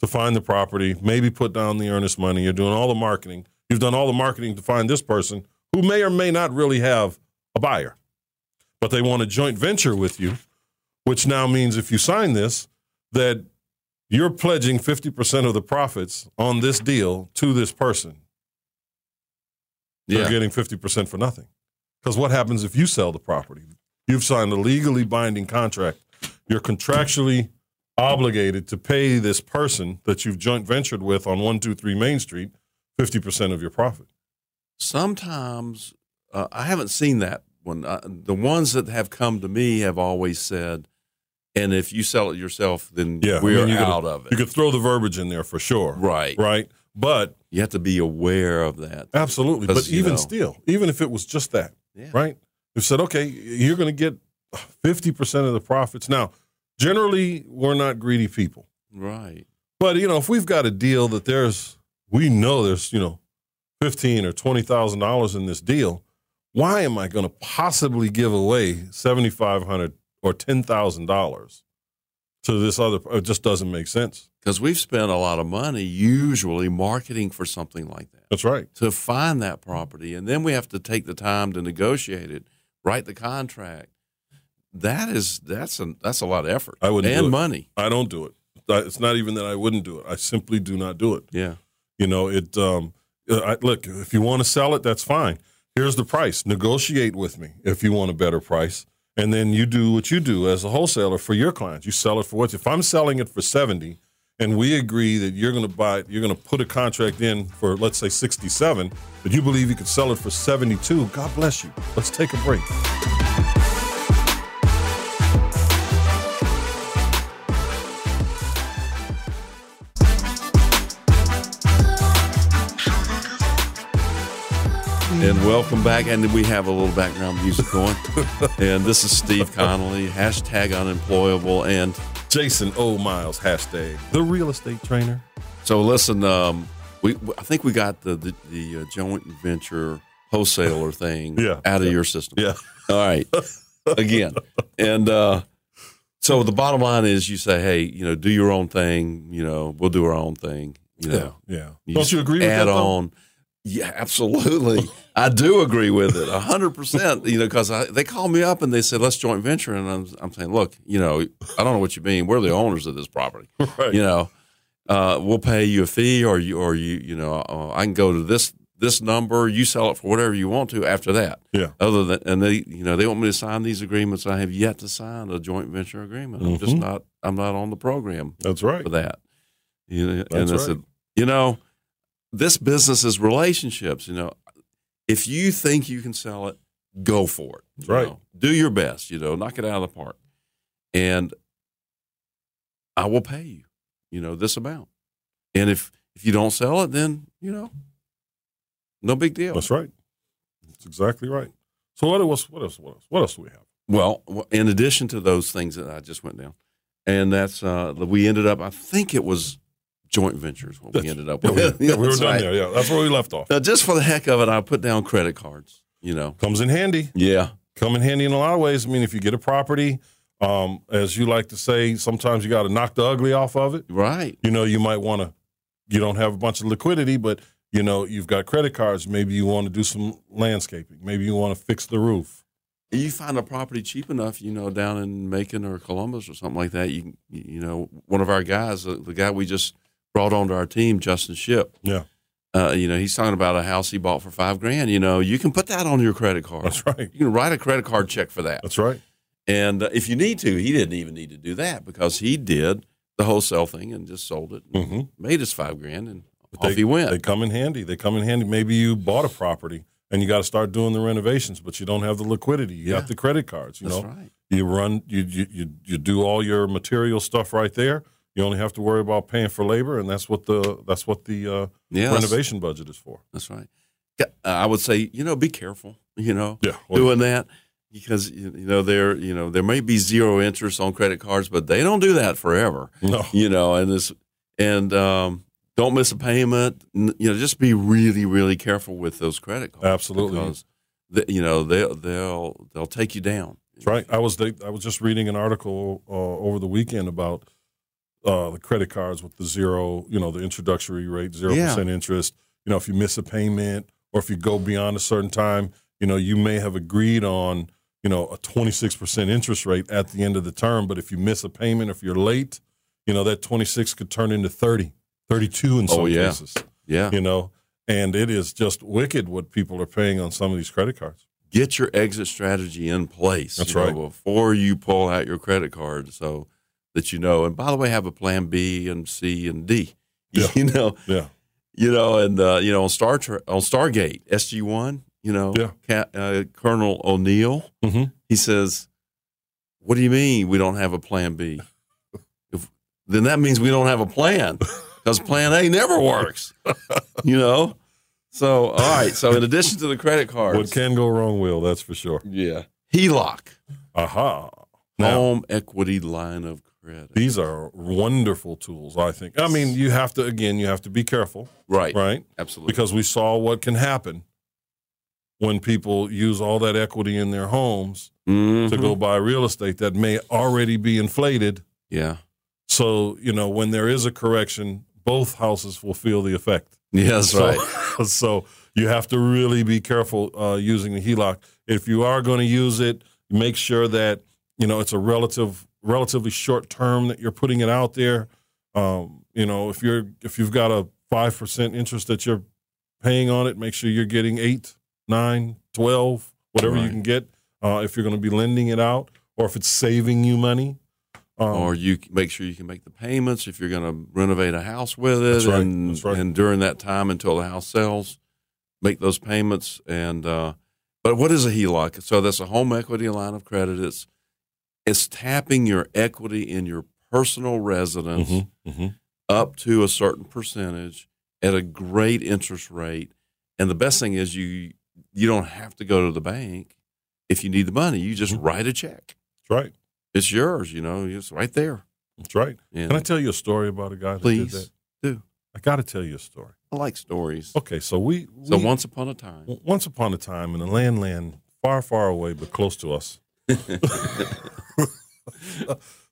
C: to find the property, maybe put down the earnest money. You're doing all the marketing. You've done all the marketing to find this person who may or may not really have a buyer, but they want a joint venture with you, which now means if you sign this, that you're pledging 50% of the profits on this deal to this person. They're getting 50% for nothing. Because what happens if you sell the property? You've signed a legally binding contract. You're contractually obligated to pay this person that you've joint ventured with on 123 Main Street 50% of your profit.
B: sometimes uh, I haven't seen that one. Uh, the ones that have come to me have always said, "And if you sell it yourself, then
C: Yeah, I
B: we're
C: mean, you could-
B: out of it."
C: You could throw the verbiage in there for sure.
B: Right.
C: Right. But
B: You have to be aware of that.
C: absolutely. But
B: Because, you
C: even
B: know.
C: still, even if it was just that,
B: Yeah.
C: right? We've said, okay, you're going to get 50% of the profits. Now, generally, we're not greedy people.
B: Right.
C: But, you know, if we've got a deal that there's, we know there's, you know, 15 or $20,000 in this deal, why am I going to possibly give away 7500 or $10,000 to this other? It just doesn't make sense.
B: Because we've spent a lot of money usually marketing for something like that
C: That's right.
B: to find that property, and then we have to take the time to negotiate it, write the contract. That is that's a that's a lot of effort.
C: I wouldn't
B: and
C: do it.
B: money.
C: I don't do it. I- It's not even that I wouldn't do it. I simply do not do it.
B: Yeah.
C: You know, it. Um, I, look, if you want to sell it, that's fine. Here's the price. Negotiate with me if you want a better price, and then you do what you do as a wholesaler for your clients. You sell it for what? If I'm selling it for seventy, and we agree that you're going to buy, it, you're going to put a contract in for let's say sixty-seven, but you believe you could sell it for seventy-two. God bless you. Let's take a break.
B: And welcome back. And we have a little background music going. and this is Steve Connolly, hashtag unemployable. And
C: Jason O. Miles hashtag the real estate trainer.
B: so, listen, um, we I think we got the the, the uh, joint venture wholesaler thing
C: Yeah.
B: out of your system.
C: Yeah.
B: All right. Again. And uh, so the bottom line is, you say, hey, you know, do your own thing. You know, we'll do our own thing. You know.
C: yeah. Don't you agree with
B: add
C: that? though?
B: on. Yeah, absolutely. I do agree with it, a hundred percent. You know, because they called me up and they said, "Let's joint venture," and I'm, I'm saying, "Look, you know, I don't know what you mean. We're the owners of this property.
C: Right.
B: You know, uh, we'll pay you a fee, or you, or you, you know, uh, I can go to this this number. You sell it for whatever you want to. After that,
C: Yeah.
B: Other than and they, you know, they want me to sign these agreements. I have yet to sign a joint venture agreement. I'm just
C: Mhm.
B: not. I'm not on the program
C: That's right.
B: for that. You know, and
C: That's
B: I
C: right.
B: said, you know, this business is relationships. You know, if you think you can sell it, go for it. you
C: Right.
B: know. do your best. You know, knock it out of the park, and I will pay you. You know this amount, and if if you don't sell it, then you know, no big deal.
C: That's right. That's exactly right. So what else? What else? What else? What else do we have?
B: Well, w- in addition to those things that I just went down, and that's uh, we ended up. I think it was joint ventures. What we
C: That's-
B: ended up
C: Yeah, we,
B: with.
C: yeah, we were
B: That's
C: done
B: right.
C: there. Yeah, that's where we left off.
B: Now, just for the heck of it, I put down credit cards. You know.
C: Comes in handy.
B: Yeah.
C: Come in handy in a lot of ways. I mean, if you get a property, um, as you like to say, sometimes you got to knock the ugly off of it.
B: Right.
C: You know, you might want to. You don't have a bunch of liquidity, but you know you've got credit cards. Maybe you want to do some landscaping. Maybe you want to fix the roof.
B: You find a property cheap enough, you know, down in Macon or Columbus or something like that. You you know, one of our guys, uh, the, the guy we just brought onto our team, Justin Ship.
C: Yeah,
B: Uh, you know, he's talking about a house he bought for five grand. You know, you can put that on your credit card.
C: that's right.
B: You can write a credit card check for that.
C: That's right.
B: And uh, if you need to, he didn't even need to do that because he did the wholesale thing and just sold it, and
C: Mhm.
B: made his five grand, and
C: But
B: off
C: they,
B: he went.
C: They come in handy. They come in handy. Maybe you bought a property and you got to start doing the renovations, but you don't have the liquidity. You
B: Yeah.
C: got the credit cards. You
B: That's
C: know,
B: right.
C: you run, you, you you you do all your material stuff right there. You only have to worry about paying for labor, and that's what the that's what the uh,
B: Yeah. that's-
C: renovation budget is for.
B: That's right. Yeah, I would say, you know, be careful, you know,
C: Yeah, well-
B: doing that because you you know there, you know, there may be zero interest on credit cards, but they don't do that forever,
C: No,
B: you know, and this and um, don't miss a payment. N- You know, just be really, really careful with those credit cards.
C: Absolutely.
B: because the, you know they'll they'll they'll take you down.
C: That's right. I was they, I was just reading an article uh, over the weekend about uh, the credit cards with the zero, you know, the introductory rate, zero
B: Yeah.
C: percent interest. You know, if you miss a payment or if you go beyond a certain time, you know, you may have agreed on you know a twenty six percent interest rate at the end of the term, but if you miss a payment, if you're late, you know that twenty six could turn into 30, 32 in some
B: Oh, yeah.
C: cases.
B: Yeah,
C: You know, and it is just wicked what people are paying on some of these credit cards.
B: get your exit strategy in place.
C: That's
B: you know,
C: right.
B: before you pull out your credit card, so that you know. And by the way, have a plan B and C and D.
C: Yeah.
B: You know,
C: Yeah.
B: you know, and uh, you know on Star Trek, on Stargate SG One, you know,
C: Yeah.
B: Ca- uh, Colonel O'Neill,
C: Mhm.
B: he says, "What do you mean we don't have a plan B? If, then that means we don't have a plan because Plan A never works." you know, so all right. So in addition to the credit
C: What
B: cards,
C: can go wrong will, that's for sure.
B: yeah, HELOC,
C: Aha. Now,
B: Home Equity Line of Credit,
C: these are wonderful tools, I think. I mean, you have to, again, you have to be careful,
B: right?
C: right?
B: Absolutely.
C: Because we saw what can happen when people use all that equity in their homes
B: Mhm.
C: to go buy real estate that may already be inflated.
B: yeah,
C: So, you know, when there is a correction, both houses will feel the effect.
B: yeah, that's
C: so,
B: right.
C: so you have to really be careful uh, using the HELOC. If you are going to use it, make sure that you know it's a relative, relatively short term that you're putting it out there. Um, you know, if you're if you've got a five percent interest that you're paying on it, make sure you're getting eight, nine, twelve, whatever you
B: Right.
C: can get. Uh, if you're going to be lending it out, or if it's saving you money, um,
B: or you c- make sure you can make the payments if you're going to renovate a house with it,
C: That's right.
B: and
C: That's right.
B: and during that time until the house sells, make those payments. And uh, but what is a E HELOC? So that's a home equity line of credit. It's it's tapping your equity in your personal residence
C: Mhm, mhm.
B: up to a certain percentage at a great interest rate. And the best thing is you you don't have to go to the bank if you need the money. You just write a check.
C: that's right,
B: It's yours. You know, it's right there.
C: that's right.
B: And
C: Can I tell you a story about a guy that
B: Please
C: did that?
B: do.
C: I got to tell you a story.
B: I like stories.
C: Okay, so we,
B: So
C: we-
B: once upon a time,
C: w- once upon a time in a land, land far, far away but close to us,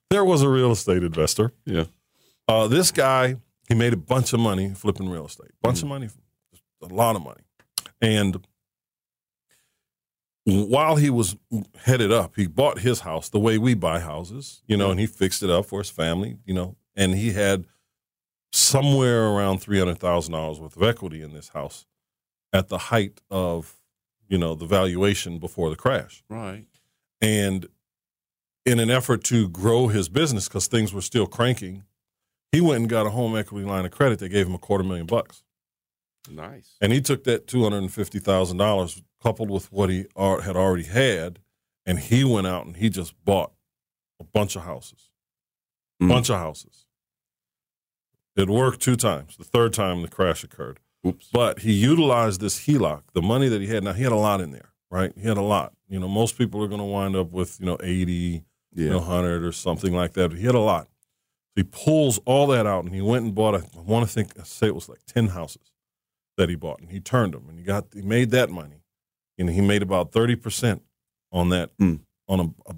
C: there was a real estate investor.
B: yeah,
C: Uh, this guy, he made a bunch of money flipping real estate, bunch of money, a lot of money, and while he was headed up, he bought his house the way we buy houses, you know, and he fixed it up for his family, you know, and he had somewhere around three hundred thousand dollars worth of equity in this house at the height of you know the valuation before the crash
B: right,
C: and in an effort to grow his business because things were still cranking he went and got a home equity line of credit that gave him a quarter million bucks
B: nice,
C: and he took that $250000 coupled with what he al- had already had and he went out and he just bought a bunch of houses
B: Mm.
C: bunch of houses it worked two times the third time the crash occurred
B: Mm. Oops.
C: but he utilized this E HELOC, the money that he had. Now he had a lot in there, right? He had a lot. You know, most people are going to wind up with you know eighty, you
B: yeah,
C: know, hundred or something like that. But he had a lot. He pulls all that out and he went and bought. I want to think, I say it was like ten houses that he bought, and he turned them, and he got he made that money, and he made about thirty percent on that
B: Mm.
C: on a, a-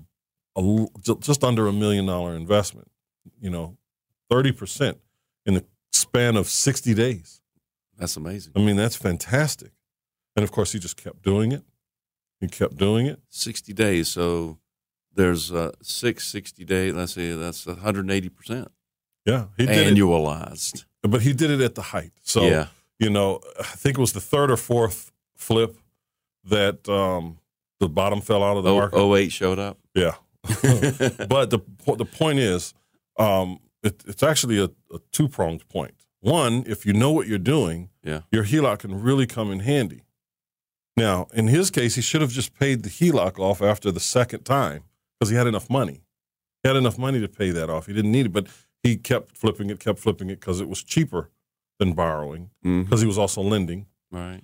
C: a l- ju- just under a million dollar investment. You know, thirty percent in the span of sixty days.
B: that's amazing.
C: I mean, that's fantastic. And of course, he just kept doing it. He kept doing it.
B: Sixty days, so there's uh, six sixty day. Let's see, that's one hundred eighty percent
C: Yeah, he did
B: annualized.
C: it. But he did it at the height. So,
B: yeah,
C: you know, I think it was the third or fourth flip that um, the bottom fell out of the market.
B: o- 08 Oh, showed up.
C: Yeah. but the po- the point is, um, it, it's actually a, a two pronged point. One, if you know what you're doing,
B: Yeah.
C: your HELOC can really come in handy. Now, in his case, he should have just paid the HELOC off after the second time because he had enough money. He had enough money to pay that off. He didn't need it, but he kept flipping it, kept flipping it because it was cheaper than borrowing
B: Mhm.
C: because he was also lending.
B: Right,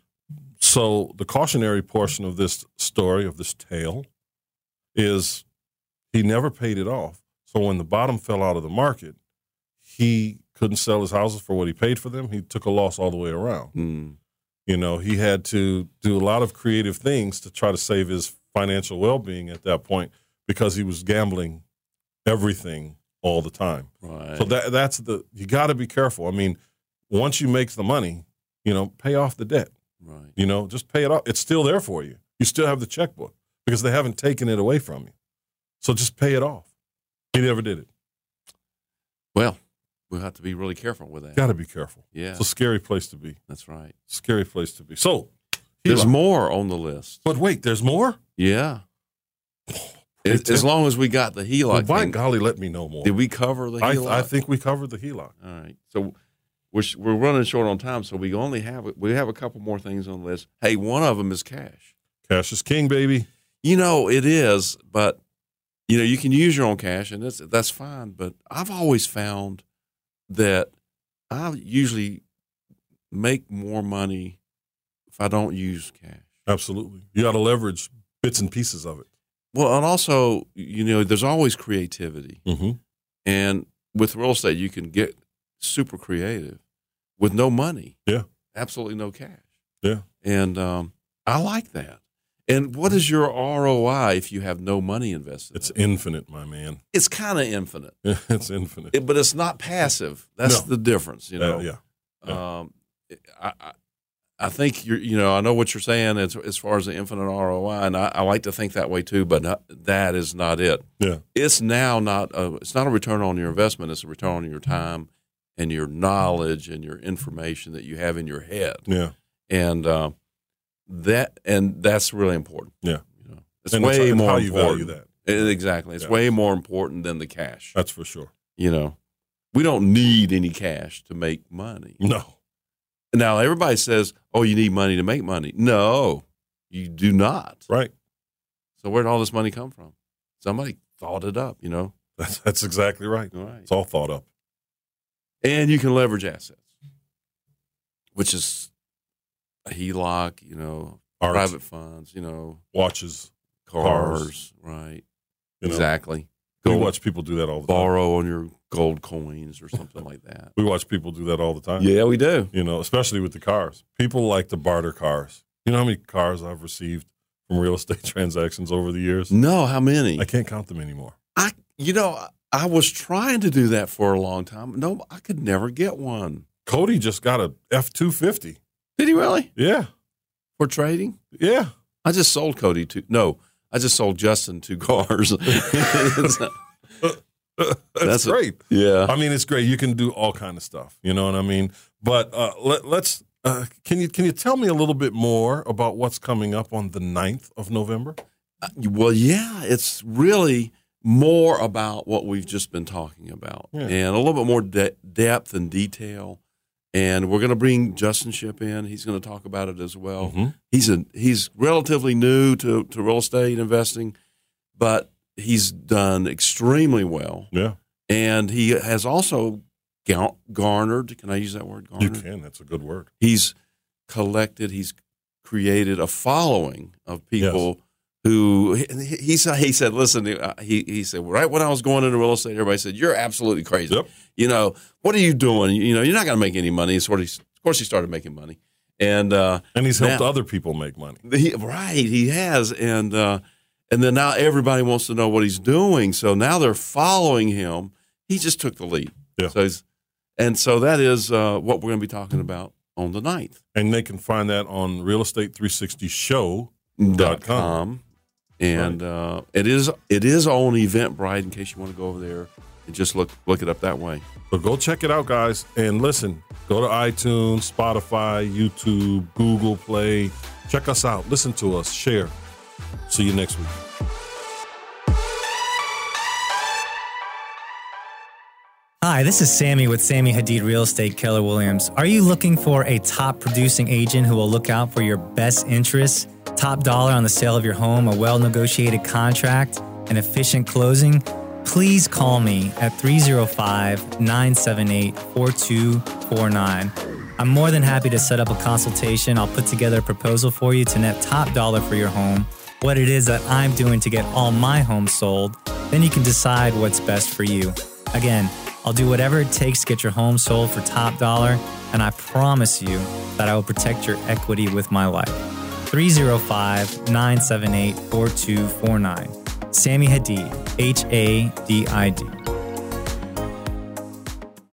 C: So the cautionary portion of this story of this tale is he never paid it off. So when the bottom fell out of the market, he couldn't sell his houses for what he paid for them. He took a loss all the way around.
B: Mm.
C: You know, he had to do a lot of creative things to try to save his financial well-being at that point because he was gambling everything all the time.
B: right.
C: So that that's the you got to be careful. I mean, once you make the money, you know, pay off the debt.
B: right.
C: You know, just pay it off. It's still there for you. You still have the checkbook because they haven't taken it away from you. So just pay it off. He never did it.
B: Well, we'll have to be really careful with that.
C: Got to be careful.
B: Yeah,
C: It's a scary place to be.
B: that's right.
C: Scary place to be. So,
B: There's
C: Eli-
B: more on the list.
C: But wait, there's more?
B: Yeah, As, as long as we got the E
C: Well,
B: HELOC
C: by
B: thing.
C: golly, let me know more.
B: Did we cover the E HELOC?
C: I, I think we covered the HELOC.
B: All right. So we're, sh- we're running short on time, so we only have we have a couple more things on the list. Hey, one of them is cash.
C: Cash is king, baby.
B: You know it is, but you know you can use your own cash, and that's that's fine. But I've always found that I usually make more money if I don't use cash.
C: Absolutely. You got to leverage bits and pieces of it.
B: Well, and also you know there's always creativity.
C: Mm-hmm.
B: And with real estate, you can get super creative with no money.
C: Yeah.
B: Absolutely no cash.
C: Yeah.
B: And um, I like that. And what is your ROI if you have no money invested?
C: It's
B: in it?
C: infinite, my man.
B: it's kind of infinite,
C: It's infinite.
B: It- but it's not passive. That's
C: No.
B: the difference, you know.
C: Uh, yeah.
B: Um, I, I, I think you're, you know, I know what you're saying as, as far as the infinite ROI, and I, I like to think that way too, but not, that is not it.
C: Yeah.
B: It's now not a, it's not a return on your investment. It's a return on your time and your knowledge and your information that you have in your head,
C: Yeah.
B: and uh, that and that's really important.
C: Yeah.
B: You know, it's
C: And
B: way
C: and
B: more
C: how you
B: important.
C: value that.
B: It- exactly, it's
C: Yeah.
B: way more important than the cash.
C: That's for sure.
B: You know, we don't need any cash to make money.
C: No.
B: Now everybody says, "Oh, you need money to make money." No, you do not.
C: Right.
B: So where did all this money come from? Somebody thought it up, you know.
C: That's, that's exactly right.
B: All right.
C: It's all thought up.
B: And you can leverage assets, which is a E HELOC, you know,
C: Art,
B: private funds, you know,
C: watches.
B: cars,
C: Cars.
B: right?
C: You know,
B: exactly.
C: We
B: Gold-
C: watch people do that all the time.
B: borrow on your gold coins or something like that.
C: We watch people do that all the time.
B: Yeah, we do.
C: You know, especially with the cars. People like to barter cars. You know how many cars I've received from real estate transactions over the years?
B: No, how many?
C: I can't count them anymore.
B: I, you know, I- I was trying to do that for a long time. No, I could never get one.
C: Cody just got a F two fifty.
B: Did he really?
C: Yeah,
B: For trading?
C: yeah.
B: I just sold Cody two. No, I just sold Justin two cars.
C: That's,
B: That's a-
C: great. I
B: yeah.
C: mean, it's great. You can do all kind of stuff. You know what I mean? But uh, let, let's. Uh, can you can you tell me a little bit more about what's coming up on the 9th of November?
B: uh, Well, yeah, it's really more about what we've just been talking about
C: Yeah.
B: and a little bit more de- depth and detail. And we're going to bring Justin Ship in. He's going to talk about it as well. He's a he's relatively new to, to real estate investing, but he's done extremely well.
C: Yeah,
B: And he has also gar- garnered, can I use that word?
C: you
B: Garnered?
C: can. That's a good word.
B: he's collected he's created a following of people who he, he said he said listen uh, he, he said right when i was going into real estate everybody said you're absolutely crazy
C: Yep.
B: you know what are you doing you, know you're not going to make any money sort of of course he started making money and uh
C: And he's helped
B: Now-
C: other people make money.
B: he, right he has and uh and then now everybody wants to know what he's doing so now they're following him he just took the lead
C: Yeah.
B: so he's and so that is uh what we're going to be talking about on the 9th
C: And they can find that on real estate 360 show.
B: dot com,
C: com.
B: and uh, it is it is on Eventbrite. In case you want to go over there and just look look it up that way.
C: So go check it out, guys. And listen, go to iTunes, Spotify, YouTube, Google Play. Check us out. Listen to us. Share. See you next week.
G: Hi, this is Sammy with Sammy Hadid Real Estate Keller Williams. Are you looking for a top producing agent who will look out for your best interests, top dollar on the sale of your home, a well negotiated contract, an efficient closing? Please call me at 305 978 4249. I'm more than happy to set up a consultation. I'll put together a proposal for you to net top dollar for your home, what it is that I'm doing to get all my homes sold. Then you can decide what's best for you. Again, I'll do whatever it takes to get your home sold for top dollar, and I promise you that I will protect your equity with my life. 305 978 4249. Sammy Hadid, H A D I D.